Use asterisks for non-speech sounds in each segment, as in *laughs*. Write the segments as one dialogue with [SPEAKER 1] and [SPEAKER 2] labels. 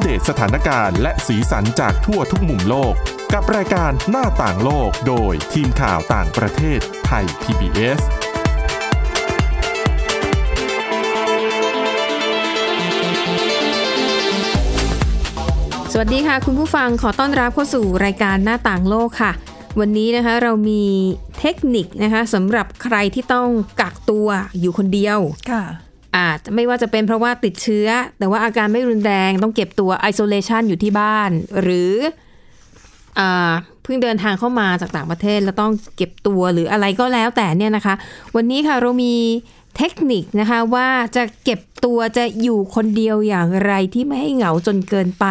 [SPEAKER 1] เดตสถานการณ์และสีสันจากทั่วทุกมุมโลก กับรายการหน้าต่างโลกโดยทีมข่าวต่างประเทศไทย PBS
[SPEAKER 2] สวัสดีค่ะ คุณผู้ฟังขอต้อนรับเข้าสู่รายการหน้าต่างโลกค่ะ วันนี้นะคะเรามีเทคนิคนะคะสำหรับใครที่ต้องกักตัวอยู่คนเดียว
[SPEAKER 3] ค่ะ
[SPEAKER 2] อาจไม่ว่าจะเป็นเพราะว่าติดเชื้อ แต่ว่าอาการไม่รุนแรงต้องเก็บตัว isolation อยู่ที่บ้าน หรืออาเพิ่งเดินทางเข้ามาจากต่างประเทศ แล้วต้องเก็บตัวหรืออะไรก็แล้วแต่เนี่ยนะคะ วันนี้ค่ะเรามีเทคนิคนะคะว่าจะเก็บตัวจะอยู่คนเดียวอย่างไรที่ไม่ให้เหงาจนเกินไป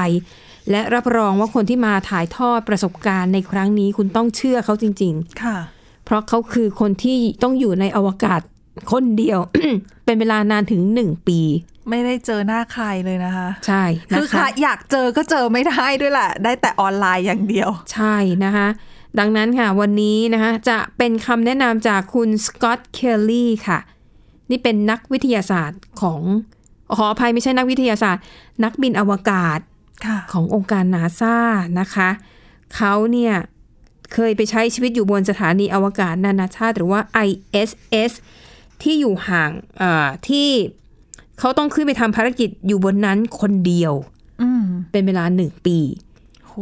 [SPEAKER 2] และรับรองว่าคนที่มาถ่ายทอดประสบการณ์ในครั้งนี้คุณต้องเชื่อเขาจริง ๆ
[SPEAKER 3] ค่ะ
[SPEAKER 2] เพราะเขาคือคนที่ต้องอยู่ในอวกาศคนเดียว *coughs* เป็นเวลานานถึงหนึ่งปี
[SPEAKER 3] ไม่ได้เจอหน้าใครเลยนะคะ
[SPEAKER 2] ใช่
[SPEAKER 3] คือใครอยากเจอก็เจอไม่ได้ด้วยแหละ ได้แต่ออนไลน์อย่างเดียว
[SPEAKER 2] ใช่นะคะ ดังนั้นค่ะ วันนี้นะคะ จะเป็นคำแนะนำจากคุณสกอตต์เคลลี่ค่ะ นี่เป็นนักวิทยาศาสตร์ของขออภัยไม่ใช่นักวิทยาศาสตร์ นักบินอวกาศ
[SPEAKER 3] ค่ะ
[SPEAKER 2] ขององค์การนาซานะคะ เขาเนี่ยเคยไปใช้ชีวิตอยู่บนสถานีอวกาศนานาชาติ หรือว่า ISS ที่อยู่ห่างเอ่อที่เขาต้องขึ้นไปทำภารกิจอยู่บนนั้นคนเดียว
[SPEAKER 3] อืม
[SPEAKER 2] เป็นเวลาหนึ่งปี
[SPEAKER 3] โห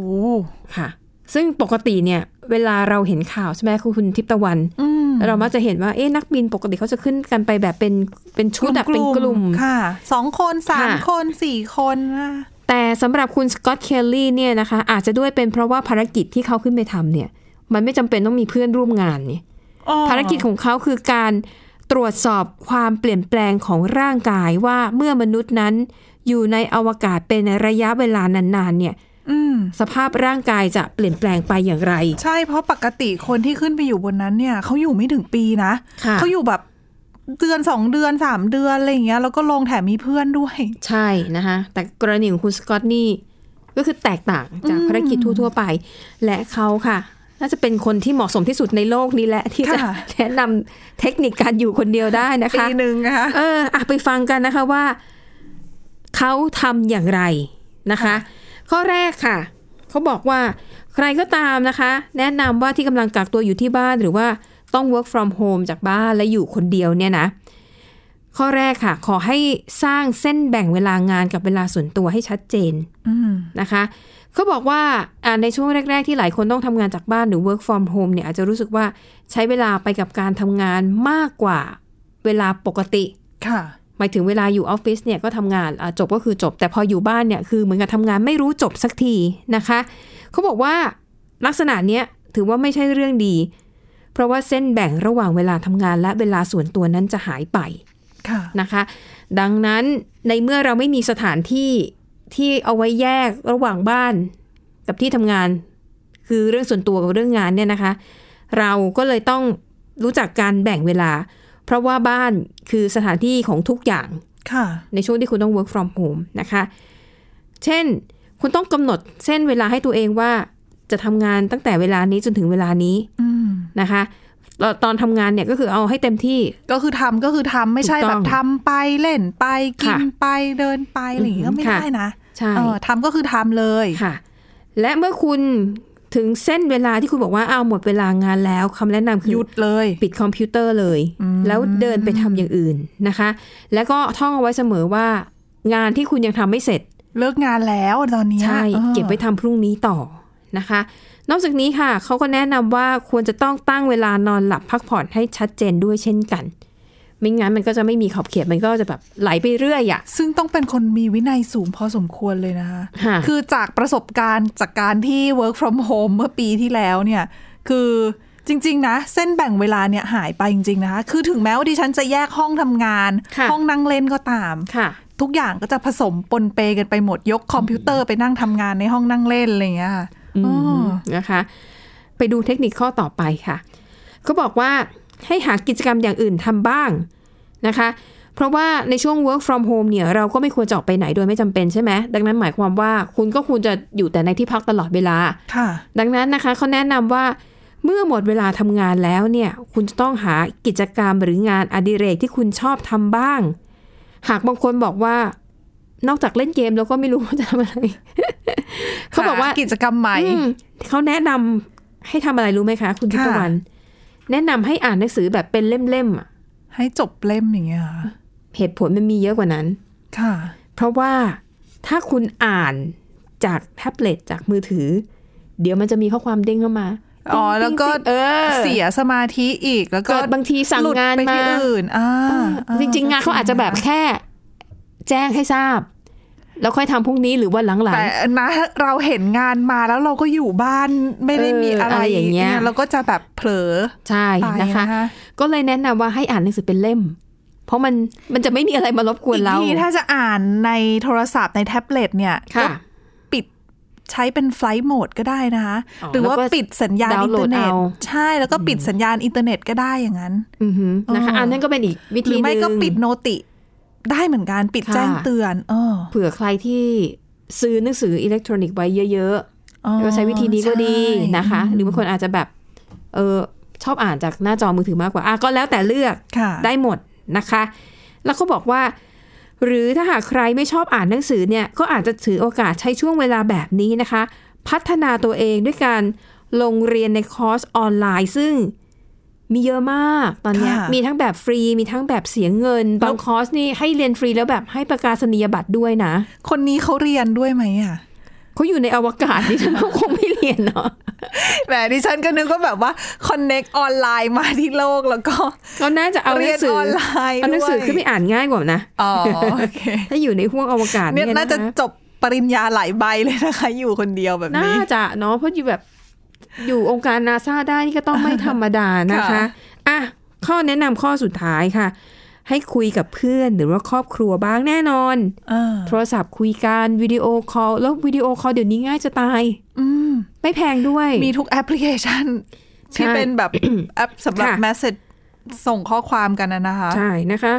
[SPEAKER 2] ค่ะ ซึ่งปกติเนี่ยเวลาเราเห็นข่าวใช่ไหมคุณคุณทิพย์ตะวัน
[SPEAKER 3] อืม
[SPEAKER 2] เรามักจะเห็นว่าเอ๊ะนักบินปกติเขาจะขึ้นกันไปแบบเป็นเป็นชุดอะเป็นกลุ่ม
[SPEAKER 3] ค่ะ สองคนสาม
[SPEAKER 2] ค่ะ
[SPEAKER 3] คนสี่คนอ่ะ
[SPEAKER 2] แต่สำหรับคุณสกอตต์เคลลี่เนี่ยนะคะ อาจจะด้วยเป็นเพราะว่าภารกิจที่เขาขึ้นไปทำเนี่ย มันไม่จำเป็นต้องมีเพื่อนร่วมงานนี่
[SPEAKER 3] อ๋อ
[SPEAKER 2] ภารกิจของเขาคือการตรวจสอบความเปลี่ยนแปลงของร่างกายว่าเมื่อมนุษย์นั้น อยู่ในอวกาศเป็นระยะเวลานานๆเนี่ย
[SPEAKER 3] อืม
[SPEAKER 2] สภาพร่างกายจะเปลี่ยนแปลงไปอย่างไร
[SPEAKER 3] ใช่เพราะปกติคนที่ขึ้นไปอยู่บนนั้นเนี่ยเขาอยู่ไม่ถึงปีนะ
[SPEAKER 2] ค่ะ
[SPEAKER 3] เขาอยู่แบบเดือนสองเดือนสามเดือนอะไรอย่างเงี้ยแล้วก็ลงแถมมีเพื่อนด้วย
[SPEAKER 2] ใช่นะคะแต่กรณีของคุณสกอตนี่ก็คือแตกต่างจากภารกิจทั่วๆไป และเขาค่ะ น่าจะเป็นคนที่เหมาะสมที่สุดในโลกนี้แหละ ที่จะ
[SPEAKER 3] ค่ะ
[SPEAKER 2] แนะนำเทคนิคการอยู่คนเดียวได้นะ
[SPEAKER 3] ปี
[SPEAKER 2] คะ
[SPEAKER 3] หนึ่งนะคะ
[SPEAKER 2] เอออะไปฟังกันนะคะว่า เขาทำอย่างไรนะคะ ข้อแรกค่ะ เขาบอกว่าใครก็ตามนะคะ แนะนำว่าที่กำลังกักตัวอยู่ที่บ้านหรือว่าต้อง work from home จากบ้านและอยู่คนเดียวเนี่ยนะ ข้อแรกค่ะ ขอให้สร้างเส้นแบ่งเวลางานกับเวลาส่วนตัวให้ชัดเจน
[SPEAKER 3] อืม
[SPEAKER 2] นะคะเขาบอกว่าอ่าในช่วงแรก ๆ ที่หลายคนต้องทำงานจากบ้านหรือ work from home เนี่ยอาจจะรู้สึกว่าใช้เวลาไปกับการทำงานมากกว่าเวลาปกติ
[SPEAKER 3] ค่ะ
[SPEAKER 2] หมายถึงเวลาอยู่ออฟฟิศเนี่ยก็ทำงานอ่ะจบก็คือจบ แต่พออยู่บ้านเนี่ยคือเหมือนกับทำงานไม่รู้จบสักทีนะคะเขาบอกว่าลักษณะเนี้ยถือว่าไม่ใช่เรื่องดี เพราะว่าเส้นแบ่งระหว่างเวลาทำงานและเวลาส่วนตัวนั้นจะหายไป
[SPEAKER 3] ค่ะ
[SPEAKER 2] นะคะ ดังนั้นในเมื่อเราไม่มีสถานที่ที่เอาไว้แยกระหว่างบ้าน กับที่ทำงาน คือเรื่องส่วนตัวกับเรื่องงานเนี่ยนะคะ เราก็เลยต้องรู้จักการแบ่งเวลา เพราะว่าบ้านคือสถานที่ของทุกอย่าง
[SPEAKER 3] ค่ะ
[SPEAKER 2] ในช่วงที่คุณต้อง work from home นะคะ เช่น คุณต้องกำหนดเส้นเวลาให้ตัวเองว่าจะทำงานตั้งแต่เวลานี้จนถึงเวลานี้
[SPEAKER 3] อืม
[SPEAKER 2] นะคะตอนตอนทำงานเนี่ยก็คือเอาให้เต็มที่
[SPEAKER 3] ก็คือทำก็คือทำไม่ใช่
[SPEAKER 2] ถูก
[SPEAKER 3] แบ
[SPEAKER 2] ต้อบ ง
[SPEAKER 3] ทำไปเล่นไปกิ
[SPEAKER 2] ค่ะ
[SPEAKER 3] นไปเดินไปอะไรอย่างเงี้ย
[SPEAKER 2] อื
[SPEAKER 3] ก็
[SPEAKER 2] อหือ
[SPEAKER 3] ไม่
[SPEAKER 2] ค่ะ
[SPEAKER 3] ได้นะ
[SPEAKER 2] ใช่
[SPEAKER 3] เออทำก็คือทำเลย
[SPEAKER 2] ค่ะ และเมื่อคุณถึงเส้นเวลาที่คุณบอกว่าเอาวหมดเวลางานแล้วคำแนะนำคื
[SPEAKER 3] ห
[SPEAKER 2] อ
[SPEAKER 3] ยุดเลย
[SPEAKER 2] ปิดคอมพิวเตอร์เลย
[SPEAKER 3] อืม
[SPEAKER 2] แล้วเดินไปทำอย่างอื่นนะคะ แล้วก็ท่องเอาไว้เสมอว่างานที่คุณยังทำไม่เสร็จ
[SPEAKER 3] เลิกงานแล้วตอนเนี้ย
[SPEAKER 2] ใช่
[SPEAKER 3] ออ
[SPEAKER 2] เก็บไว้ทำพรุ่งนี้ต่อนะคะ นอกจากนี้ค่ะ เขาก็แนะนำว่าควรจะต้องตั้งเวลานอนหลับพักผ่อนให้ชัดเจนด้วยเช่นกัน ไม่งั้นมันก็จะไม่มีขอบเขตมันก็จะแบบไหลไปเรื่อยอะ
[SPEAKER 3] ซึ่งต้องเป็นคนมีวินัยสูงพอสมควรเลยนะคะ
[SPEAKER 2] ค่ะ
[SPEAKER 3] คือจากประสบการณ์จากการที่ work from home เมื่อปีที่แล้วเนี่ย คือจริง ๆ นะ เส้นแบ่งเวลาเนี่ยหายไปจริง ๆ นะคะ คือถึงแม้ว่าดิฉันจะแยกห้องทำงาน
[SPEAKER 2] ค่ะ
[SPEAKER 3] ห้องนั่งเล่นก็ตาม
[SPEAKER 2] ค่ะ
[SPEAKER 3] ทุกอย่างก็จะผสมปนเปกันไปหมดยกคอมพิวเตอร์ไปนั่งทำงานในห้องนั่งเล่นอะไรอย่างเงี้ยค่ะ
[SPEAKER 2] อืม
[SPEAKER 3] อ๋อ
[SPEAKER 2] นะคะ ไปดูเทคนิคข้อต่อไปค่ะ ก็บอกว่าให้หากิจกรรมอย่างอื่นทำบ้างนะคะ เพราะว่าในช่วง work from home เนี่ยเราก็ไม่ควรจะออกไปไหนโดยไม่จำเป็นใช่ไหมดังนั้นหมายความว่าคุณก็ควรจะอยู่แต่ในที่พักตลอดเวลา
[SPEAKER 3] ค่ะ
[SPEAKER 2] ดังนั้นนะคะเขาแนะนำว่าเมื่อหมดเวลาทำงานแล้วเนี่ย คุณจะต้องหากิจกรรมหรืองานอดิเรกที่คุณชอบทำบ้าง หากบางคนบอกว่า นอกจากเล่นเกมแล้วก็ไม่รู้ว่าจะทำอะไร *laughs* เขาบอกว่า
[SPEAKER 3] หกิจกรรมใหม่
[SPEAKER 2] อืมเขาแนะนำให้ทำอะไรรู้ไหมคะ คุณทิพ
[SPEAKER 3] ค่ะ
[SPEAKER 2] วรรณแนะนำให้อ่านหนังสือแบบเป็นเล่มๆอะ
[SPEAKER 3] ให้จบเล่มอย่างเงี้ยเหรอ
[SPEAKER 2] เหตุผลมันมีเยอะกว่านั้น
[SPEAKER 3] ค่ะ
[SPEAKER 2] เพราะว่าถ้าคุณอ่านจากแท็บเล็ตจากมือถือ เดี๋ยวมันจะมีข้อความเด้งเข้ามา
[SPEAKER 3] อ๋อแล้วก็
[SPEAKER 2] ติ๊งติ๊งติ๊งเออ
[SPEAKER 3] เสียสมาธิอีกแล้วก็
[SPEAKER 2] เกิดบางทีสั่ง
[SPEAKER 3] หลุด
[SPEAKER 2] งาน
[SPEAKER 3] ไปที่
[SPEAKER 2] มา
[SPEAKER 3] อื่นอ่าอ่
[SPEAKER 2] จริง ๆ งานเขาอาจจะแบบแค่ แจ้งให้ทราบ แล้วค่อยทำพรุ่งนี้หรือว่าหลัง
[SPEAKER 3] แต่นะเราเห็นงานมาแล้วเราก็อยู่บ้านไม่ได้มี
[SPEAKER 2] เออ
[SPEAKER 3] อะ
[SPEAKER 2] อะไร ไรอย่างเงี้ย
[SPEAKER 3] เราก็จะแบบเผลอ
[SPEAKER 2] ๆใช่
[SPEAKER 3] ไป
[SPEAKER 2] นะคะ ก็เลยแนะนำว่าให้อ่านหนังสือเป็นเล่ม เพราะมันมันจะไม่มีอะไรมารบกวน
[SPEAKER 3] อีก
[SPEAKER 2] เรา
[SPEAKER 3] ทีถ้าจะอ่านในโทรศัพท์ในแท็บเล็ตเนี่ยก็
[SPEAKER 2] ค่ะ
[SPEAKER 3] ปิดใช้เป็นไฟล์โหมดก็ได้นะคะ
[SPEAKER 2] อ๋อ
[SPEAKER 3] หรือว่า
[SPEAKER 2] แล้วก็
[SPEAKER 3] ปิดสัญญาณ
[SPEAKER 2] ดาว
[SPEAKER 3] อิ
[SPEAKER 2] น์
[SPEAKER 3] น
[SPEAKER 2] โหล
[SPEAKER 3] เทอ
[SPEAKER 2] ด
[SPEAKER 3] ร์เน็ต
[SPEAKER 2] เอา
[SPEAKER 3] ใช่แล้วก็ปิดสัญญาณอินเทอร์เน็ตก็ได้อย่างนั้น
[SPEAKER 2] อือหือนะคะ
[SPEAKER 3] อ๋ออั
[SPEAKER 2] อันนั้นก็เป็นอีกวิ
[SPEAKER 3] ห
[SPEAKER 2] ธี
[SPEAKER 3] รือ
[SPEAKER 2] ห
[SPEAKER 3] ไม่
[SPEAKER 2] นึ่ง
[SPEAKER 3] ก็ปิดโนติได้เหมือนกันปิด
[SPEAKER 2] ค่ะ
[SPEAKER 3] แจ้งเตือนเออ
[SPEAKER 2] เผื่อใครที่ซื้อหนังสืออิเล็กทรอนิกส์ไว้เยอะ
[SPEAKER 3] อ๋อ
[SPEAKER 2] ๆก็ใช้วิธีนี้ก็ดี
[SPEAKER 3] ใช่
[SPEAKER 2] นะคะ หรือบางคนอาจจะแบบเออชอบอ่านจากหน้าจอมือถือมากกว่าอ่ะก็แล้วแต่เลือก
[SPEAKER 3] ค่ะ
[SPEAKER 2] ได้หมดนะคะ แล้วก็บอกว่า หรือถ้าหากใครไม่ชอบอ่านหนังสือเนี่ยก็อาจจะถือโอกาสใช้ช่วงเวลาแบบนี้นะคะ พัฒนาตัวเองด้วยการลงเรียนในคอร์สออนไลน์ซึ่งมีเยอะมากตอนเนี้ย
[SPEAKER 3] ค่ะ
[SPEAKER 2] มีทั้งแบบฟรีมีทั้งแบบเสียเงินบางคอร์สนี่ให้เรียนฟรีแล้วแบบให้ประกาศนียบัตรด้วยนะ
[SPEAKER 3] คนนี้เขาเรียนด้วยไหมอ่ะ
[SPEAKER 2] เขาอยู่ในอวกาศดิฉันก็คงไม่เรียน
[SPEAKER 3] *laughs*
[SPEAKER 2] เนาะ
[SPEAKER 3] แหมดิฉันก็นึกว่าแบบว่าคอนเน็กออนไลน์มาที่โลกแล้วก็
[SPEAKER 2] ก็น่าจะเอาห
[SPEAKER 3] เรี
[SPEAKER 2] นั
[SPEAKER 3] ยน
[SPEAKER 2] งสือ
[SPEAKER 3] ออนไลน์
[SPEAKER 2] เอาหนังสือ
[SPEAKER 3] ด้วย
[SPEAKER 2] ขึ้นไปอ่านง่ายกว่านะ
[SPEAKER 3] อ๋อโอเค
[SPEAKER 2] ถ้าอยู่ในห้วงอวกาศ
[SPEAKER 3] เนี่
[SPEAKER 2] เนี่ยย
[SPEAKER 3] น่าจะ
[SPEAKER 2] ค
[SPEAKER 3] จบปริญญาหลายใบเลยนะคะ อยู่คนเดียวแบบ
[SPEAKER 2] น่า
[SPEAKER 3] นี้
[SPEAKER 2] จะเนาะเพราะอยู่แบบอยู่องค์การนาซาได้นี่ก็ต้องไม่ธรรมดานะคะ
[SPEAKER 3] ค่ะ
[SPEAKER 2] อ่ะ ข้อแนะนำข้อสุดท้ายค่ะ ให้คุยกับเพื่อนหรือว่าครอบครัวบ้างแน่นอน
[SPEAKER 3] เออ
[SPEAKER 2] โทรศัพท์คุยกันวิดีโอคอลแล้ววิดีโอคอลเดี๋ยวนี้ง่ายจะตาย
[SPEAKER 3] อืม
[SPEAKER 2] ไม่แพงด้วย
[SPEAKER 3] มีทุกแอปพลิเคชัน ที่
[SPEAKER 2] ใช่
[SPEAKER 3] เป็น
[SPEAKER 2] *coughs*
[SPEAKER 3] แบบแอปสำหรับ
[SPEAKER 2] ค่ะ
[SPEAKER 3] แมสเซจส่งข้อความกันนะนะคะ
[SPEAKER 2] ใช่นะคะ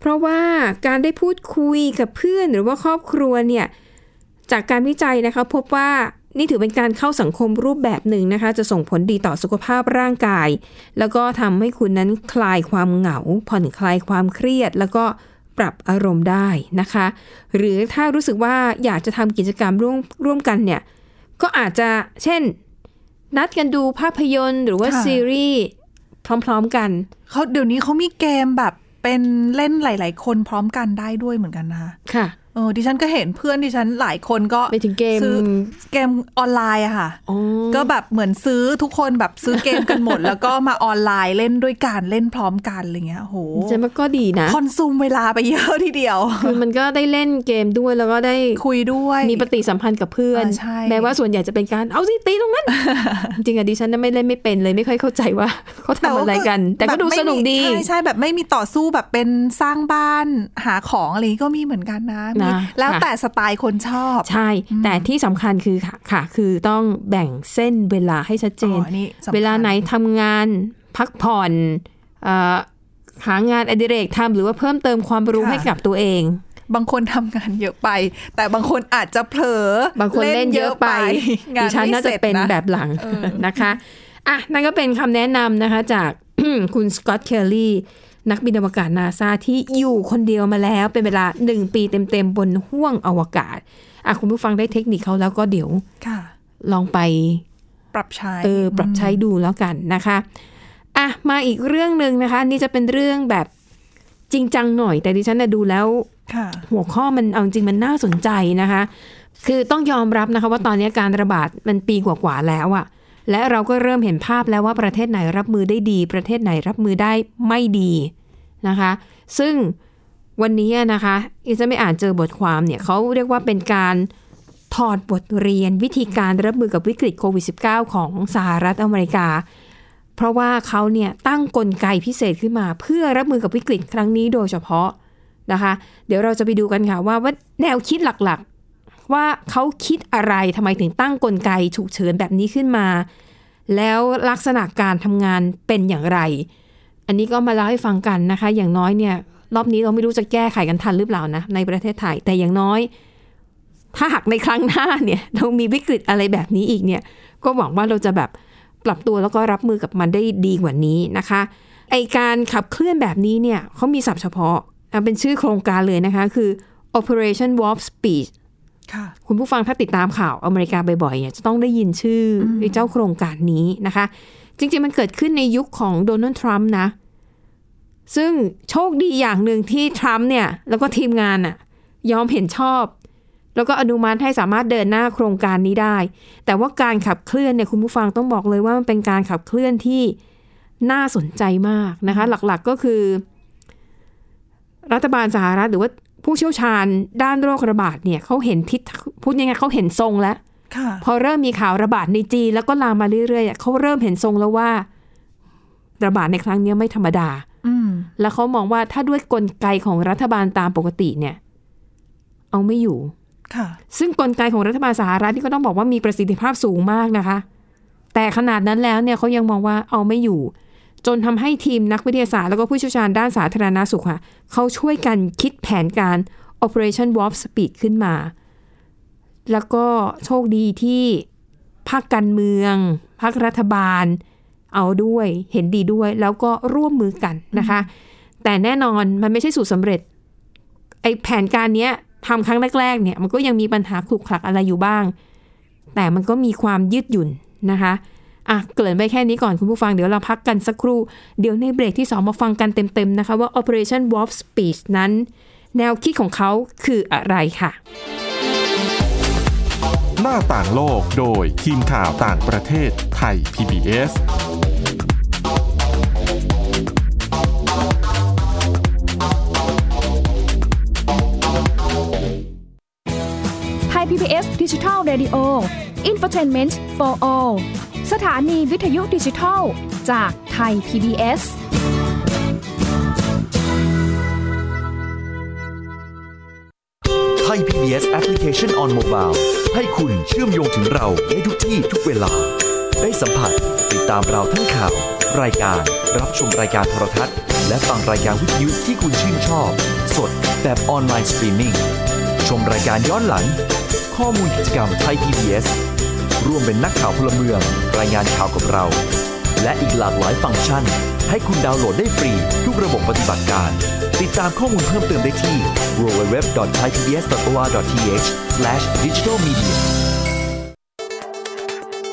[SPEAKER 2] เพราะว่าการได้พูดคุยกับเพื่อนหรือว่าครอบครัวเนี่ย จากการวิจัยนะคะ พบว่านี่ถือเป็นการเข้าสังคมรูปแบบหนึ่งนะคะ จะส่งผลดีต่อสุขภาพร่างกาย แล้วก็ทำให้คุณนั้นคลายความเหงา ผ่อนคลายความเครียด แล้วก็ปรับอารมณ์ได้นะคะ หรือถ้ารู้สึกว่าอยากจะทำกิจกรรมร่วมร่วมกันเนี่ย ก็อาจจะเช่น นัดกันดูภาพยนตร์ หรือว่า
[SPEAKER 3] ค่ะ
[SPEAKER 2] ซีรีส์พร้อมๆกัน
[SPEAKER 3] เขาเดี๋ยวนี้เขามีเกมแบบเป็นเล่นหลาย ๆ คนพร้อมกันได้ด้วยเหมือนกันนะคะ
[SPEAKER 2] ค่ะ
[SPEAKER 3] เออดิฉันก็เห็นเพื่อนดิฉันหลายคนก็
[SPEAKER 2] ไปถึงเกม
[SPEAKER 3] ซื้อเกมออนไลน์อะค่ะ
[SPEAKER 2] อ๋อ
[SPEAKER 3] ก็แบบเหมือนซื้อทุกคนแบบซื้อเกมกันหม
[SPEAKER 2] *laughs*
[SPEAKER 3] ด แล้วก็มาออนไลน์เล่นด้วยการเล่นพร้อมกันอะไรเงี้ยโห
[SPEAKER 2] ใช่มันก็ดีนะ
[SPEAKER 3] คอนซูมเวลาไปเยอะทีเดียว
[SPEAKER 2] คือมันก็ได้เล่นเกมด้วยแล้วก็ได้
[SPEAKER 3] คุยด้วย
[SPEAKER 2] มีปฏิสัมพันธ์กับเพื่อน
[SPEAKER 3] อ่าใช่
[SPEAKER 2] แม้ว่าส่วนใหญ่จะเป็นการเอาสิตีตรง
[SPEAKER 3] *laughs*
[SPEAKER 2] นั้น จริงๆอะดิฉันน่ะไม่เล่นไม่เป็นเลยไม่ค่อยเข้าใจว่าเขาทำอะไรกัน แต่ก็ดูสนุกดี
[SPEAKER 3] ใช่ใช่แบบไม่มีต่อสู้แบบเป็นสร้างบ้านหาของอะไรก็มีเหมือนกันนะมี
[SPEAKER 2] นะ
[SPEAKER 3] แล้ว
[SPEAKER 2] ค่ะ
[SPEAKER 3] แต่สไตล์คนชอบ
[SPEAKER 2] ใช่ แต่ที่สำคัญคือค่ะค่ะ คือต้องแบ่งเส้นเวลาให้ชัดเจน
[SPEAKER 3] อ๋อนี่สำคัญ
[SPEAKER 2] เวลาไหนทำงานพักผ่อนเอ่อหางานอดิเรกทำหรือว่าเพิ่มเติมความรู้ให้กับตัวเอง
[SPEAKER 3] บางคนทำงานเยอะไป แต่บางคนอาจจะเผลอบ
[SPEAKER 2] างคนเล่นเยอะไป
[SPEAKER 3] งาน
[SPEAKER 2] ดิฉัน
[SPEAKER 3] ไม่
[SPEAKER 2] น่า
[SPEAKER 3] เส
[SPEAKER 2] จะ
[SPEAKER 3] ร็จ
[SPEAKER 2] เป็น
[SPEAKER 3] นะ
[SPEAKER 2] แบบหลังนะคะ อ่ะ นั่นก็เป็นคำแนะนำนะคะจาก คุณสกอตเคลลี่นักบินอวกาศนาซาที่อยู่คนเดียวมาแล้ว เป็นเวลา 1 ปีเต็มๆ บนห้วงอวกาศ อ่ะ คุณผู้ฟังได้เทคนิคเขาแล้วก็เดี๋ยว
[SPEAKER 3] ค่ะ
[SPEAKER 2] ลองไป
[SPEAKER 3] ปรับใช้
[SPEAKER 2] เออปรับใช้ดูแล้วกันนะคะอ่ะมาอีกเรื่องหนึ่งนะคะ นี่จะเป็นเรื่องแบบจริงจังหน่อย แต่ดิฉันน่ะดูแล้ว
[SPEAKER 3] ค่ะ
[SPEAKER 2] หัวข้อมันเอาจริงมันน่าสนใจนะคะ คือต้องยอมรับนะคะว่าตอนนี้การระบาดมันปีกว่าๆแล้วอะและเราก็เริ่มเห็นภาพแล้วว่าประเทศไหนรับมือได้ดี ประเทศไหนรับมือได้ไม่ดีนะคะ ซึ่งวันนี้นะคะอิจะไม่อ่านเจอบทความเนี่ยเขาเรียกว่าเป็นการถอดบทเรียนวิธีการรับมือกับวิกฤตโควิด -19 ของสหรัฐอเมริกา เพราะว่าเขาเนี่ยตั้งกลไกพิเศษขึ้นมา เพื่อรับมือกับวิกฤตครั้งนี้โดยเฉพาะ นะคะเดี๋ยวเราจะไปดูกันค่ะว่าว่าแนวคิดหลักๆ ว่าเขาคิดอะไรทำไมถึงตั้งกลไกฉุกเฉินแบบนี้ขึ้นมา แล้วลักษณะการทำงานเป็นอย่างไร อันนี้ก็มาเล่าให้ฟังกันนะคะ อย่างน้อยเนี่ย รอบนี้เราไม่รู้จะแก้ไขกันทันหรือเปล่านะ ในประเทศไทย แต่อย่างน้อย ถ้าหากในครั้งหน้าเนี่ย เรามีวิกฤตอะไรแบบนี้อีกเนี่ย ก็หวังว่าเราจะแบบปรับตัวแล้วก็รับมือกับมันได้ดีกว่านี้นะคะ ไอการขับเคลื่อนแบบนี้เนี่ยเขามีศัพท์เฉพาะอ่ะเป็นชื่อโครงการเลยนะคะ คือ Operation Warp Speed
[SPEAKER 3] ค่ะ
[SPEAKER 2] คุณผู้ฟังถ้าติดตามข่าวอเมริกาบ่อยๆเนี่ยจะต้องได้ยินชื่อไอ้เจ้าโครงการนี้นะคะ จริง ๆ มันเกิดขึ้นในยุคของโดนัลด์ทรัมป์นะ ซึ่งโชคดีอย่างหนึ่งที่ทรัมป์เนี่ย แล้วก็ทีมงานอะยอมเห็นชอบ แล้วก็อนุมัติให้สามารถเดินหน้าโครงการนี้ได้ แต่ว่าการขับเคลื่อนเนี่ยคุณผู้ฟังต้องบอกเลยว่ามันเป็นการขับเคลื่อนที่น่าสนใจมากนะคะ หลักๆก็คือ รัฐบาลสหรัฐหรือว่าผู้เชี่ยวชาญด้านโรคระบาดเนี่ยเขาเห็นทิศพูดยังไงเขาเห็นทรงแล้ว
[SPEAKER 3] ค่ะ
[SPEAKER 2] พอเริ่มมีข่าวระบาดในจีนแล้วก็ลามมาเรื่อยๆอ่ะเขาเริ่มเห็นทรงแล้วว่า ระบาดในครั้งเนี้ยไม่ธรรมดา
[SPEAKER 3] อืม
[SPEAKER 2] แล้วเขามองว่าถ้าด้วยกลไกของรัฐบาลตามปกติเนี่ย เอาไม่อยู่
[SPEAKER 3] ค่ะ
[SPEAKER 2] ซึ่งกลไกของรัฐบาลสหรัฐนี่ก็ต้องบอกว่ามีประสิทธิภาพสูงมากนะคะ แต่ขนาดนั้นแล้วเนี่ยเขายังมองว่าเอาไม่อยู่ จนทำให้ทีมนักวิทยาศาสตร์แล้วก็ผู้เชี่ยวชาญด้านสาธารณาสุขค่ะเขาช่วยกันคิดแผนการ Operation Warp Speed ขึ้นมา แล้วก็โชคดีที่ภาคการเมืองภาครัฐบาล เอาด้วยเห็นดีด้วย แล้วก็ร่วมมือกันนะคะ แต่แน่นอนมันไม่ใช่สูตรสำเร็จ ไอแผนการเนี้ยทำครั้งแรก ๆ เนี่ยมันก็ยังมีปัญหาขลุกขลักอะไรอยู่บ้าง แต่มันก็มีความยืดหยุ่นนะคะอ่ะเกริ่นไปแค่นี้ก่อนคุณผู้ฟังเดี๋ยวเราพักกันสักครู่ เดี๋ยวในเบรกที่ 2 มาฟังกันเต็ม ๆ นะคะว่า Operation Warp Speed นั้น แนวคิดของเขาคืออะไรค่ะ
[SPEAKER 1] หน้าต่างโลกโดยทีมข่าวต่างประเทศไทย PBS
[SPEAKER 4] ไทย PBS Digital Radio Infotainment for All สถานีวิทยุดิจิทัลจากไทย PBS
[SPEAKER 5] ไทย PBS Application on Mobile ให้คุณเชื่อมโยงถึงเราได้ทุกที่ทุกเวลา ได้สัมผัสติดตามเราทั้งข่าว รายการ รับชมรายการโทรทัศน์ และฟังรายการวิทยุที่คุณชื่นชอบ สดแบบออนไลน์สตรีมมิ่งชมรายการย้อนหลัง ข้อมูลกิจกรรมไทย PBS ร่วมเป็นนักข่าวพลเมือง รายงานข่าวกับเรา และอีกหลากหลายฟังก์ชัน ให้คุณดาวน์โหลดได้ฟรีทุกระบบปฏิบัติการ ติดตามข้อมูลเพิ่มเติมได้ที่ www.thaipbs.or.th/digitalmedia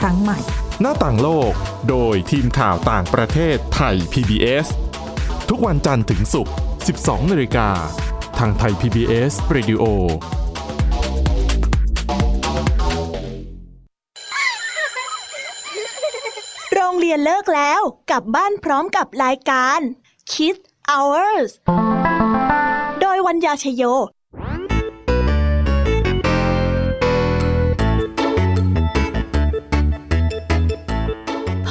[SPEAKER 6] ครั้งใหม่
[SPEAKER 1] หน้าต่างโลก โดยทีมข่าวต่างประเทศไทย PBS ทุกวันจันทร์ถึงศุกร์ 12 นาฬิกา ทางไทย PBS Radio
[SPEAKER 7] โรงเรียนเลิกแล้วกลับบ้านพร้อมกับรายการ Kids Hours โดยวัญญาชยโย
[SPEAKER 8] พ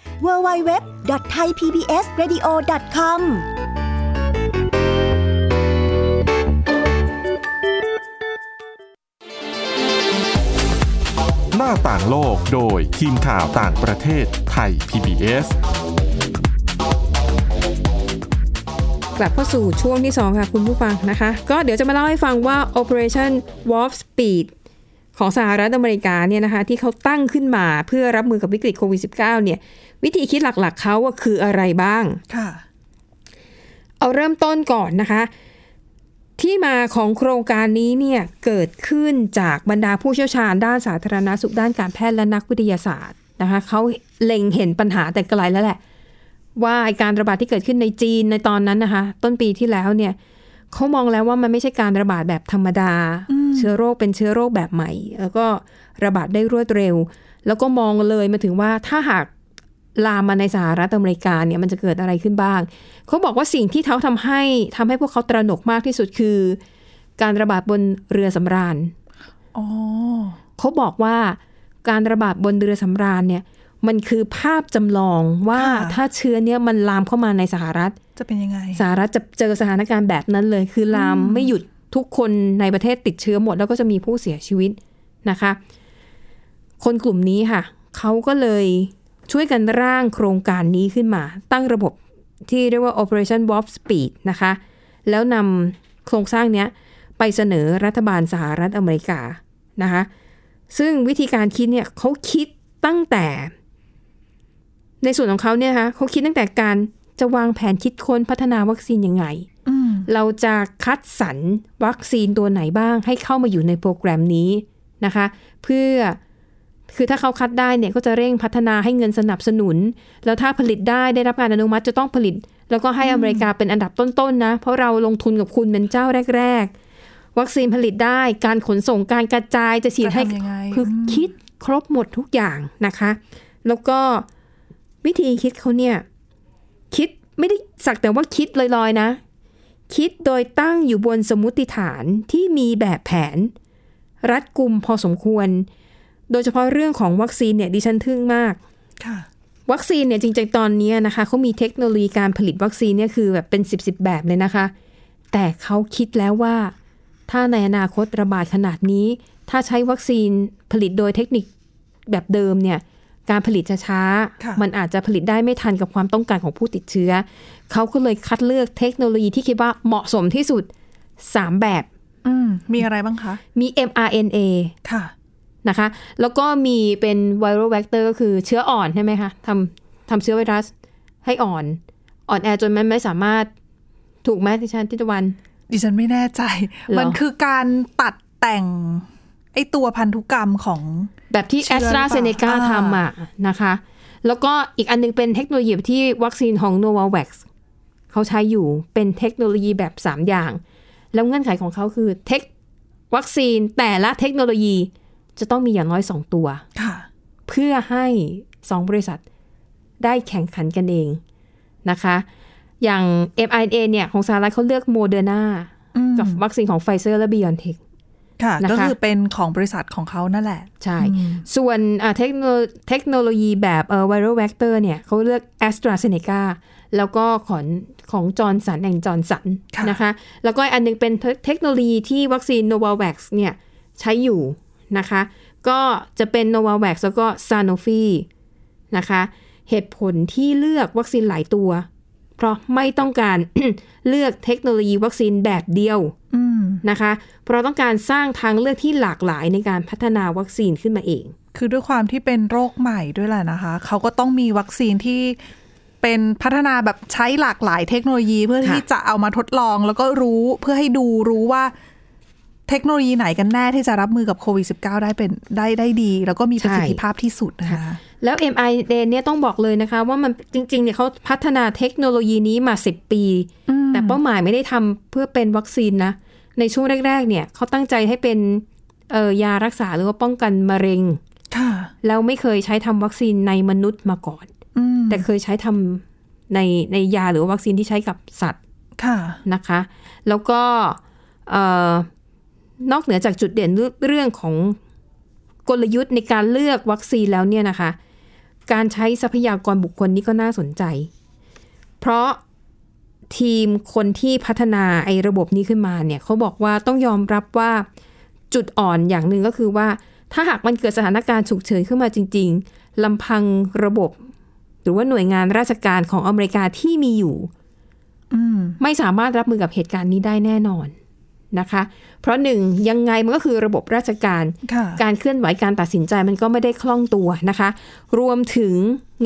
[SPEAKER 8] www.thaipbsradio.com
[SPEAKER 1] หน้าต่างโลกโดยทีมข่าวต่างประเทศไทย PBS
[SPEAKER 2] กลับเข้าสู่ช่วงที่ 2 ค่ะ คุณผู้ฟังนะคะ ก็เดี๋ยวจะมาเล่าให้ฟังว่า Operation Warp Speed ของสหรัฐอเมริกาเนี่ยนะคะ ที่เขาตั้งขึ้นมาเพื่อรับมือกับวิกฤตโควิด -19 เนี่ย วิธีคิดหลักๆเขาว่าคืออะไรบ้าง
[SPEAKER 3] ค่ะ
[SPEAKER 2] เอาเริ่มต้นก่อนนะคะ ที่มาของโครงการนี้เนี่ยเกิดขึ้นจากบรรดาผู้เชี่ยวชาญด้านสาธารณสุขด้านการแพทย์และนักวิทยาศาสตร์นะคะเขาเล็งเห็นปัญหาแต่ไกลแล้วแหละ ว่าไอ้การระบาดที่เกิดขึ้นในจีนในตอนนั้นนะคะ ต้นปีที่แล้วเนี่ย เขามองแล้วว่ามันไม่ใช่การระบาดแบบธรรมดา เชื้อโรคเป็นเชื้อโรคแบบใหม่ แล้วก็ระบาดได้รวดเร็ว แล้วก็มองเลยมาถึงว่าถ้าหากลามมาในสหรัฐอเมริกาเนี่ยมันจะเกิดอะไรขึ้นบ้าง เขาบอกว่าสิ่งที่เขาทำให้ทำให้พวกเขาตระหนกมากที่สุดคือ การระบาดบนเรือสำราญ
[SPEAKER 3] อ๋อ
[SPEAKER 2] เขาบอกว่าการระบาดบนเรือสำราญเนี่ยมันคือภาพจำลองว่า
[SPEAKER 3] ค่ะ
[SPEAKER 2] ถ้าเชื้อเนี่ยมันลามเข้ามาในสหรัฐ
[SPEAKER 3] จะเป็นยังไง
[SPEAKER 2] สหรัฐจะเจอสถานการณ์แบบนั้นเลย คือลามไม่หยุดทุกคนในประเทศติดเชื้อหมด แล้วก็จะมีผู้เสียชีวิตนะคะ คนกลุ่มนี้ค่ะ เขาก็เลยช่วยกันร่างโครงการนี้ขึ้นมา ตั้งระบบที่เรียกว่า Operation Warp Speed นะคะ แล้วนำโครงสร้างเนี้ยไปเสนอรัฐบาลสหรัฐอเมริกานะคะ ซึ่งวิธีการคิดเนี่ยเขาคิดตั้งแต่ ในส่วนของเขาเนี่ยนะคะเขาคิดตั้งแต่การจะวางแผนคิดค้นพัฒนาวัคซีนยังไง
[SPEAKER 3] อืม
[SPEAKER 2] เราจะคัดสรรวัคซีนตัวไหนบ้าง ให้เข้ามาอยู่ในโปรแกรมนี้นะคะ เพื่อคือถ้าเขาคัดได้เนี่ยก็จะเร่งพัฒนาให้เงินสนับสนุน แล้วถ้าผลิตได้ได้รับการอนุมัติจะต้องผลิต แล้วก็ให้อเมริกาเป็นอันดับต้นๆนะ เพราะเราลงทุนกับคุณเป็นเจ้าแรก ๆ วัคซีนผลิตได้ การขนส่งการกระจายจะฉีดให้
[SPEAKER 3] จะทำยังไง
[SPEAKER 2] คือคิดครบหมดทุกอย่างนะคะ แล้วก็วิธีคิดเขาเนี่ย คิดไม่ได้สักแต่ว่าคิดลอยๆนะ คิดโดยตั้งอยู่บนสมมติฐานที่มีแบบแผน รัดกุมพอสมควร โดยเฉพาะเรื่องของวัคซีนเนี่ยดิฉันทึ่งมาก
[SPEAKER 3] ค่ะ
[SPEAKER 2] วัคซีนเนี่ยจริงๆตอนเนี้ยนะคะเขามีเทคโนโลยีการผลิตวัคซีนเนี่ยคือแบบเป็น 10บสแบบเลยนะคะ แต่เขาคิดแล้วว่า ถ้าในอนาคตระบาดขนาดนี้ ถ้าใช้วัคซีนผลิตโดยเทคนิคแบบเดิมเนี่ยการผลิตจะช้า
[SPEAKER 3] ค่ะ
[SPEAKER 2] มันอาจจะผลิตได้ไม่ทันกับความต้องการของผู้ติดเชื้อ เขาก็เลยคัดเลือกเทคโนโลยีที่คิดว่าเหมาะสมที่สุด 3 แบบ
[SPEAKER 3] อืม มีอะไรบ้างคะ
[SPEAKER 2] มี mRNA
[SPEAKER 3] ค่ะ
[SPEAKER 2] นะคะ แล้วก็มีเป็นไวรัลแวกเตอร์ก็คือเชื้ออ่อนใช่ไหมคะทำทำเชื้อไวรัสให้อ่อน อ่อนแอจนมันไม่สามารถถูกไหมที่ฉันทิตวัน
[SPEAKER 3] ดิฉันไม่แน่ใจ
[SPEAKER 2] หรอ
[SPEAKER 3] มันคือการตัดแต่ง ไอตัวพันธุกรรมของ
[SPEAKER 2] แบบที่
[SPEAKER 3] เชื้
[SPEAKER 2] แอส
[SPEAKER 3] อหรือ
[SPEAKER 2] ตรา
[SPEAKER 3] เปล่า
[SPEAKER 2] เซเนกา
[SPEAKER 3] อ่า
[SPEAKER 2] ทำอ่ะนะคะ แล้วก็อีกอันหนึงเป็นเทคโนโลยีที่วัคซีนของ n o v a v a x เขาใช้อยู่เป็นเทคโนโลยีแบบ 3 อย่าง แล้วเงื่อนไขของเขาคือเทควัคซีนแต่ละเทคโนโลยีจะต้องมีอย่างน้อย 2 ตัว
[SPEAKER 3] ค่ะ
[SPEAKER 2] เพื่อให้ 2 บริษัทได้แข่งขันกันเองนะคะ อย่าง mRNA เนี่ย ของสหรัฐเขาเลือกโมเดอร์นา
[SPEAKER 3] อืม
[SPEAKER 2] กับวัคซีนของไฟเซอร์และ BioNTech
[SPEAKER 3] ค่ะ
[SPEAKER 2] นะคะ
[SPEAKER 3] ก็คือเป็นของบริษัทของเขานั่นแหละ
[SPEAKER 2] ใช่ ส่วนอ่าเทคโนเทคโนโลยีแบบเอ่อไวรัลเวกเตอร์เนี่ยเขาเลือก a s t r a z e ซ e c a แล้วก็ของของจอร์นสันแองจอร์นสัน
[SPEAKER 3] ค่ะ
[SPEAKER 2] นะคะ แล้วก็อันหนึงเป็นเทเทคโนโลยีที่วัคซีน n o v a v a x เนี่ยใช้อยู่นะคะ ก็จะเป็น n o v a v a x แล้วก็ Sanofi นะคะ เหตุผลที่เลือกวัคซีนหลายตัว เพราะไม่ต้องการ *coughs* เลือกเทคโนโลยีวัคซีนแบบเดียว
[SPEAKER 3] อืม
[SPEAKER 2] นะคะ เพราะต้องการสร้างทางเลือกที่หลากหลายในการพัฒนาวัคซีนขึ้นมาเอง
[SPEAKER 3] คือด้วยความที่เป็นโรคใหม่ด้วยแหละนะคะ เขาก็ต้องมีวัคซีนที่เป็นพัฒนาแบบใช้หลากหลายเทคโนโลยีเพื่อ
[SPEAKER 2] ค่ะ
[SPEAKER 3] ที่จะเอามาทดลองแล้วก็รู้เพื่อให้ดูรู้ว่าเทคโนโลยีไหนกันแน่ที่จะรับมือกับโควิด -19 ได้เป็นได้ได้ดี แล้วก็มีประสิทธิภาพที่สุดนะคะ
[SPEAKER 2] แล้ว MIA เนี่ยต้องบอกเลยนะคะ ว่ามันจริงๆเนี่ยเขาพัฒนาเทคโนโลยีนี้มา 10 ปี แต่เป้าหมายไม่ได้ทำเพื่อเป็นวัคซีนนะ ในช่วงแรก ๆ เนี่ยเขาตั้งใจให้เป็นเอ่อยารักษาหรือว่าป้องกันมะเร็ง
[SPEAKER 3] ค่ะ
[SPEAKER 2] แล้วไม่เคยใช้ทำวัคซีนในมนุษย์มาก่อน
[SPEAKER 3] อืม
[SPEAKER 2] แต่เคยใช้ทำในในยาหรือว่าวัคซีนที่ใช้กับสัตว์
[SPEAKER 3] ค่ะ
[SPEAKER 2] นะคะแล้วก็เอ่อนอกเหนือจากจุดเด่นเรื่องเรื่องของกลยุทธ์ในการเลือกวัคซีนแล้วเนี่ยนะคะ การใช้ทรัพยากรบุคคลนี่ก็น่าสนใจ เพราะทีมคนที่พัฒนาไอ้ระบบนี้ขึ้นมาเนี่ยเขาบอกว่าต้องยอมรับว่าจุดอ่อนอย่างหนึ่งก็คือว่า ถ้าหากมันเกิดสถานการณ์ฉุกเฉินขึ้นมาจริง ๆลำพังระบบ หรือว่าหน่วยงานราชการของอเมริกาที่มีอยู่
[SPEAKER 3] อืม
[SPEAKER 2] ไม่สามารถรับมือกับเหตุการณ์นี้ได้แน่นอนนะคะ เพราะหนึ่งยังไงมันก็คือระบบราชการ
[SPEAKER 3] ค่ะ
[SPEAKER 2] การเคลื่อนไหวการตัดสินใจมันก็ไม่ได้คล่องตัวนะคะ รวมถึง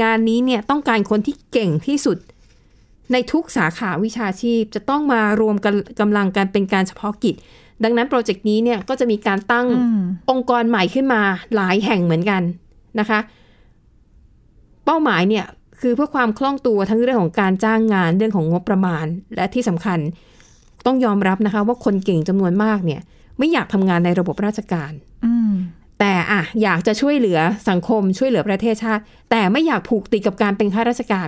[SPEAKER 2] งานนี้เนี่ยต้องการคนที่เก่งที่สุด ในทุกสาขาวิชาชีพจะต้องมารวมกันกำลังกันเป็นการเฉพาะกิจ ดังนั้นโปรเจกต์นี้เนี่ยก็จะมีการตั้ง
[SPEAKER 3] อืม
[SPEAKER 2] องค์กรใหม่ขึ้นมาหลายแห่งเหมือนกันนะคะ เป้าหมายเนี่ยคือเพื่อความคล่องตัวทั้งเรื่องของการจ้างงานเรื่องของงบประมาณ และที่สำคัญ ต้องยอมรับนะคะ ว่าคนเก่งจำนวนมากเนี่ย ไม่อยากทำงานในระบบราชการ
[SPEAKER 3] อืม
[SPEAKER 2] แต่อะอยากจะช่วยเหลือสังคมช่วยเหลือประเทศชาติ แต่ไม่อยากผูกติดกับการเป็นข้าราชการ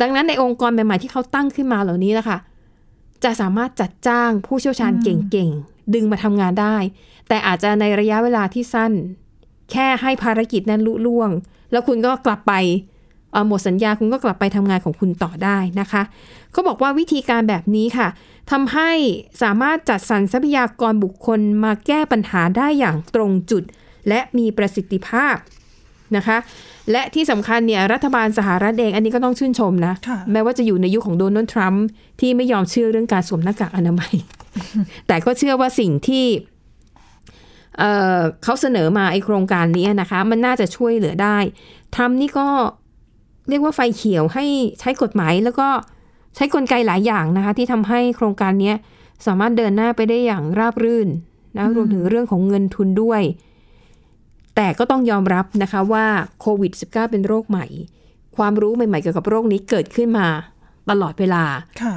[SPEAKER 2] ดังนั้นในองค์กรใหม่ๆที่เขาตั้งขึ้นมาเหล่านี้นะคะจะสามารถจัดจ้างผู้เชี่ยวชาญเก่งๆ ดึงมาทำงานได้ แต่อาจจะในระยะเวลาที่สั้น แค่ให้ภารกิจนั้นลุล่วง แล้วคุณก็กลับไปเอ่อหมดสัญญาคุณก็กลับไปทำงานของคุณต่อได้นะคะเขาบอกว่าวิธีการแบบนี้ค่ะทำให้สามารถจัดสรรทรัพยากรบุคคลมาแก้ปัญหาได้อย่างตรงจุด และมีประสิทธิภาพนะคะ และที่สำคัญเนี่ยรัฐบาลสหรัฐเอง อันนี้ก็ต้องชื่นชมนะ
[SPEAKER 3] ค่ะ
[SPEAKER 2] แม้ว่าจะอยู่ในยุคของโดนัลด์ทรัมป์ที่ไม่ยอมเชื่อเรื่องการสวมหน้ากากอนามัย แต่ก็เชื่อว่าสิ่งที่ เอ่อเขาเสนอมาไอโครงการนี้นะคะ มันน่าจะช่วยเหลือได้ทรัมป์นี่ก็เรียกว่าไฟเขียวให้ใช้กฎหมาย แล้วก็ใช้กลไกหลายอย่างนะคะ ที่ทำให้โครงการเนี้ยสามารถเดินหน้าไปได้อย่างราบรื่นนะรวมถึงเรื่องของเงินทุนด้วย แต่ก็ต้องยอมรับนะคะว่าโควิด -19 เป็นโรคใหม่ ความรู้ใหม่ๆเกี่ยวกับโรคนี้เกิดขึ้นมาตลอดเวลา
[SPEAKER 3] ค่ะ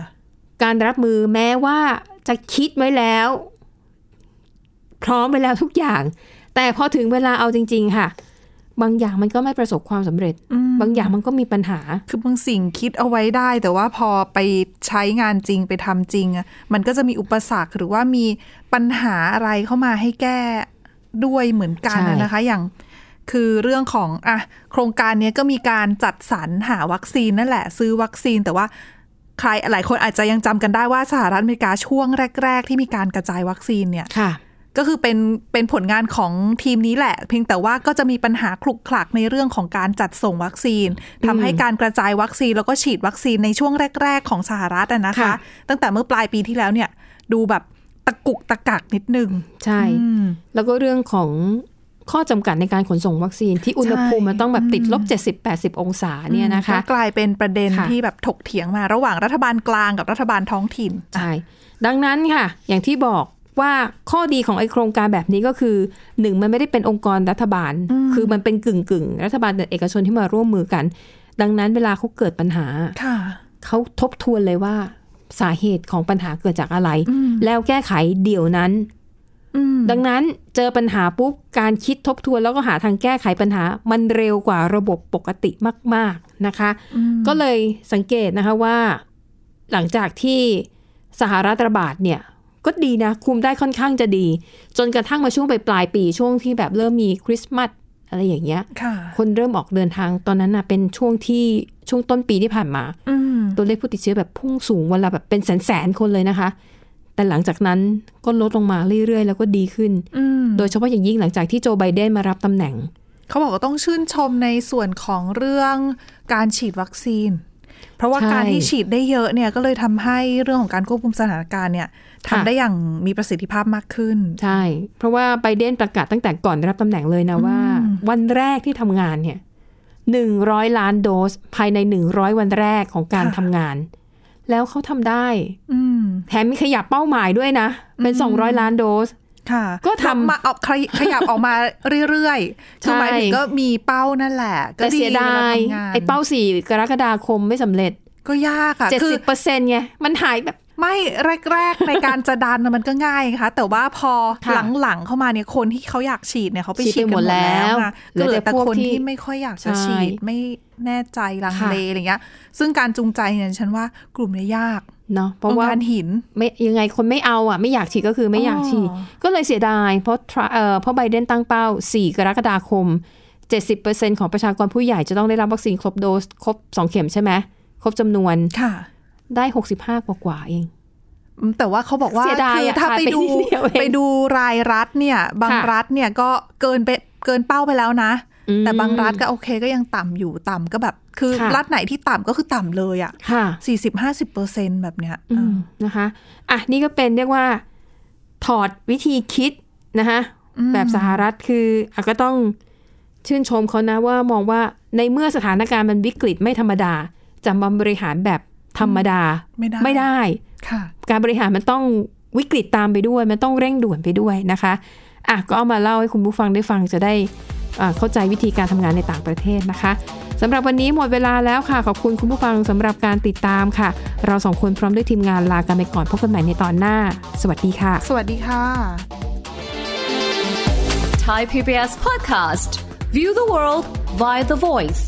[SPEAKER 2] การรับมือแม้ว่าจะคิดไว้แล้ว พร้อมไว้แล้วทุกอย่าง แต่พอถึงเวลาเอาจริง ๆ ค่ะ บางอย่างมันก็ไม่ประสบความสำเร็จ
[SPEAKER 3] อืม
[SPEAKER 2] บางอย่างมันก็มีปัญหา
[SPEAKER 3] คือบางสิ่งคิดเอาไว้ได้ แต่ว่าพอไปใช้งานจริงไปทำจริงอะมันก็จะมีอุปสรรคหรือว่ามีปัญหาอะไรเข้ามาให้แก้ด้วยเหมือนกัน
[SPEAKER 2] ใช่
[SPEAKER 3] น่ะนะคะ อย่างคือเรื่องของอะโครงการเนี้ยก็มีการจัดสรรหาวัคซีนนั่นแหละ ซื้อวัคซีนแต่ว่าใครหลายคนอาจจะยังจำกันได้ว่าสหรัฐอเมริกาช่วงแรก ๆ ที่มีการกระจายวัคซีนเนี่ย
[SPEAKER 2] ค่ะ
[SPEAKER 3] ก็คือเป็นเป็นผลงานของทีมนี้แหละ เพียงแต่ว่าก็จะมีปัญหาคลุกคลักในเรื่องของการจัดส่งวัคซีนทำให้การกระจายวัคซีนแล้วก็ฉีดวัคซีนในช่วงแรก ๆ ของสหรัฐอะนะคะ
[SPEAKER 2] ค่ะ
[SPEAKER 3] ตั้งแต่เมื่อปลายปีที่แล้วเนี่ย ดูแบบตะกุกตะกักนิดนึง
[SPEAKER 2] ใช่
[SPEAKER 3] อืม
[SPEAKER 2] แล้วก็เรื่องของข้อจำกัดในการขนส่งวัคซีนที่อุณหภูมิมันต้องแบบติดลบ 70-80 องศาเนี่ยนะคะ
[SPEAKER 3] ก็กลายเป็นประเด็น
[SPEAKER 2] ค่ะ
[SPEAKER 3] ที่แบบถกเถียงมาระหว่างรัฐบาลกลางกับรัฐบาลท้องถิ่น
[SPEAKER 2] ใช่ ดังนั้นค่ะ อย่างที่บอกว่าข้อดีของไอโครงการแบบนี้ก็คือหนึ่งมันไม่ได้เป็นองค์กรรัฐบาล คือมันเป็นกึ่งกึ่งๆรัฐบาลกับเอกชนที่มาร่วมมือกัน ดังนั้นเวลาเขาเกิดปัญหา
[SPEAKER 3] ค่ะ
[SPEAKER 2] เขาทบทวนเลยว่าสาเหตุของปัญหาเกิดจากอะไร แล้วแก้ไขเดี๋ยวนั้น
[SPEAKER 3] อืม
[SPEAKER 2] ดังนั้นเจอปัญหาปุ๊บ การคิดทบทวนแล้วก็หาทางแก้ไขปัญหา มันเร็วกว่าระบบปกติมาก ๆนะคะ ก็เลยสังเกตนะคะว่า หลังจากที่สหรัฐระบาดเนี่ย ก็ดีนะ คุมได้ค่อนข้างจะดี จนกระทั่งมาช่วงปลายๆปีช่วงที่แบบเริ่มมีคริสต์มาสอะไรอย่างเงี้ย
[SPEAKER 3] ค่ะ
[SPEAKER 2] คนเริ่มออกเดินทางตอนนั้นนะเป็นช่วงที่ช่วงต้นปีที่ผ่านมา
[SPEAKER 3] อืม
[SPEAKER 2] ตัวเลขผู้ติดเชื้อแบบพุ่งสูงวันละแบบเป็นแสนแสนๆคนเลยนะคะ แต่หลังจากนั้นก็ลดลงมาเรื่อยๆ แล้วก็ดีขึ้น
[SPEAKER 3] อืม
[SPEAKER 2] โดยเฉพาะอย่างยิ่งหลังจากที่โจไบเดนมารับตำแหน่ง
[SPEAKER 3] เขาบอกว่าต้องชื่นชมในส่วนของเรื่องการฉีดวัคซีน เพราะว่า
[SPEAKER 2] ใช่
[SPEAKER 3] การที่ฉีดได้เยอะเนี่ยก็เลยทำให้เรื่องของการควบคุมสถานการณ์เนี่ย
[SPEAKER 2] ค่ะ
[SPEAKER 3] ทำได้อย่างมีประสิทธิภาพมากขึ้น
[SPEAKER 2] ใช่ เพราะว่าไบเดนประกาศตั้งแต่ก่อนรับตำแหน่งเลยนะว่า วันแรกที่ทำงานเนี่ยหนึ่งร้อยล้านโดส ภายในหนึ่งร้อยวันแรกของการ
[SPEAKER 3] ค่ะ
[SPEAKER 2] ทำงาน แล้วเขาทำได้
[SPEAKER 3] อืม
[SPEAKER 2] แถมมีขยับเป้าหมายด้วยนะ เป็นสองร้อยล้านโดส
[SPEAKER 3] ค่ะ
[SPEAKER 2] ก็ทำ
[SPEAKER 3] แล้วมาออกขยขยับ ออกมาเรื่อยๆคือ
[SPEAKER 2] ใช่
[SPEAKER 3] หมายถึงก็มีเป้านั่นแหละ ก็
[SPEAKER 2] แต่เสียดาย
[SPEAKER 3] เวลทำงน
[SPEAKER 2] ไอ้เป้าสี่กรกฎาคมไม่สำเร็จ
[SPEAKER 3] ก็ยากอะ
[SPEAKER 2] เจ็ด
[SPEAKER 3] คื
[SPEAKER 2] สิ
[SPEAKER 3] อ
[SPEAKER 2] บเปอร์เซ็นต์ไงมันหายแบบ
[SPEAKER 3] ไม่แรก ๆ ในการจะดันน่ะมันก็ง่ายค่ะ แต่ว่าพอ
[SPEAKER 2] ค่ะ
[SPEAKER 3] หลัง ๆ เข้ามาเนี่ยคนที่เขาอยากฉีดเนี่ยเขาไป
[SPEAKER 2] ฉีด
[SPEAKER 3] ฉีด
[SPEAKER 2] ไปห
[SPEAKER 3] กันห
[SPEAKER 2] ม
[SPEAKER 3] ม
[SPEAKER 2] ด
[SPEAKER 3] ด
[SPEAKER 2] แล้
[SPEAKER 3] แล้ว
[SPEAKER 2] ว
[SPEAKER 3] นะ
[SPEAKER 2] เหลือ
[SPEAKER 3] ก็
[SPEAKER 2] แต่
[SPEAKER 3] แต่
[SPEAKER 2] พวก
[SPEAKER 3] คน
[SPEAKER 2] ที่
[SPEAKER 3] ที่ไม่ค่อยอยากจะ
[SPEAKER 2] ใช่
[SPEAKER 3] ฉีดไม่แน่ใจลัง
[SPEAKER 2] ค่ะ
[SPEAKER 3] เลอะไรเงี้ย ซึ่งการจูงใจเนี่ยฉันว่ากลุ่มเนี่ยยาก
[SPEAKER 2] เนาะเพราะว่า
[SPEAKER 3] องการหิน
[SPEAKER 2] ไม่ยังไงคนไม่เอาอ่ะ ไม่อยากฉีดก็คือไม่อยากฉีด
[SPEAKER 3] อ๋อ
[SPEAKER 2] ก็เลยเสียดาย เพราะ Tru- เอ่อเพราะไบเดนตั้งเป้า 4 กรกฎาคม 70%ของประชากรผู้ใหญ่จะต้องได้รับวัคซีนครบโดส ครบ 2 เข็มใช่ไหมครบจำนวน
[SPEAKER 3] ค่ะ
[SPEAKER 2] ได้ 65 กว่ากว่าๆเอง
[SPEAKER 3] แต่ว่าเขาบอกว่า
[SPEAKER 2] เสียดาย
[SPEAKER 3] คือ
[SPEAKER 2] อะ
[SPEAKER 3] ถ้า
[SPEAKER 2] ขาด
[SPEAKER 3] ไป
[SPEAKER 2] ไป
[SPEAKER 3] ดู
[SPEAKER 2] นิดเดียวเอง
[SPEAKER 3] ไปดูรายรัฐเนี่ย บาง
[SPEAKER 2] ค่ะ
[SPEAKER 3] รัฐเนี่ยก็เกินไปเกินเป้าไปแล้วนะ
[SPEAKER 2] อืม
[SPEAKER 3] แต่บางรัฐก็โอเคก็ยังต่ำอยู่ต่ำก็แบบ คือ
[SPEAKER 2] ค่ะ
[SPEAKER 3] รัฐไหนที่ต่ำก็คือต่ำเลยอะ
[SPEAKER 2] ค่ะ
[SPEAKER 3] สี่สิบห้าสิบเปอร์เซ็นแบบเนี้ย
[SPEAKER 2] อืม
[SPEAKER 3] อ่า
[SPEAKER 2] นะคะ อ่ะ นี่ก็เป็นเรียกว่า ถอดวิธีคิดนะคะแบบสหรัฐคืออะก็ต้องชื่นชมเขานะว่ามองว่าในเมื่อสถานการณ์มันวิกฤตไม่ธรรมดา จะมาบริหารแบบธรรมดา
[SPEAKER 3] ไม่ได้
[SPEAKER 2] ไม่ได้
[SPEAKER 3] ค่ะ
[SPEAKER 2] การบริหารมันต้องวิกฤตตามไปด้วย มันต้องเร่งด่วนไปด้วยนะคะอ่ะก็เอามาเล่าให้คุณผู้ฟังได้ฟังจะได้อ่าเข้าใจวิธีการทำงานในต่างประเทศนะคะ สำหรับวันนี้หมดเวลาแล้วค่ะ ขอบคุณคุณผู้ฟังสำหรับการติดตามค่ะ เราสองคนพร้อมด้วยทีมงานลากันไปก่อนพบกันใหม่ในตอนหน้า สวัสดีค่ะ
[SPEAKER 3] สวัสดีค่ะ
[SPEAKER 9] Thai PBS podcast. View the world via the voice.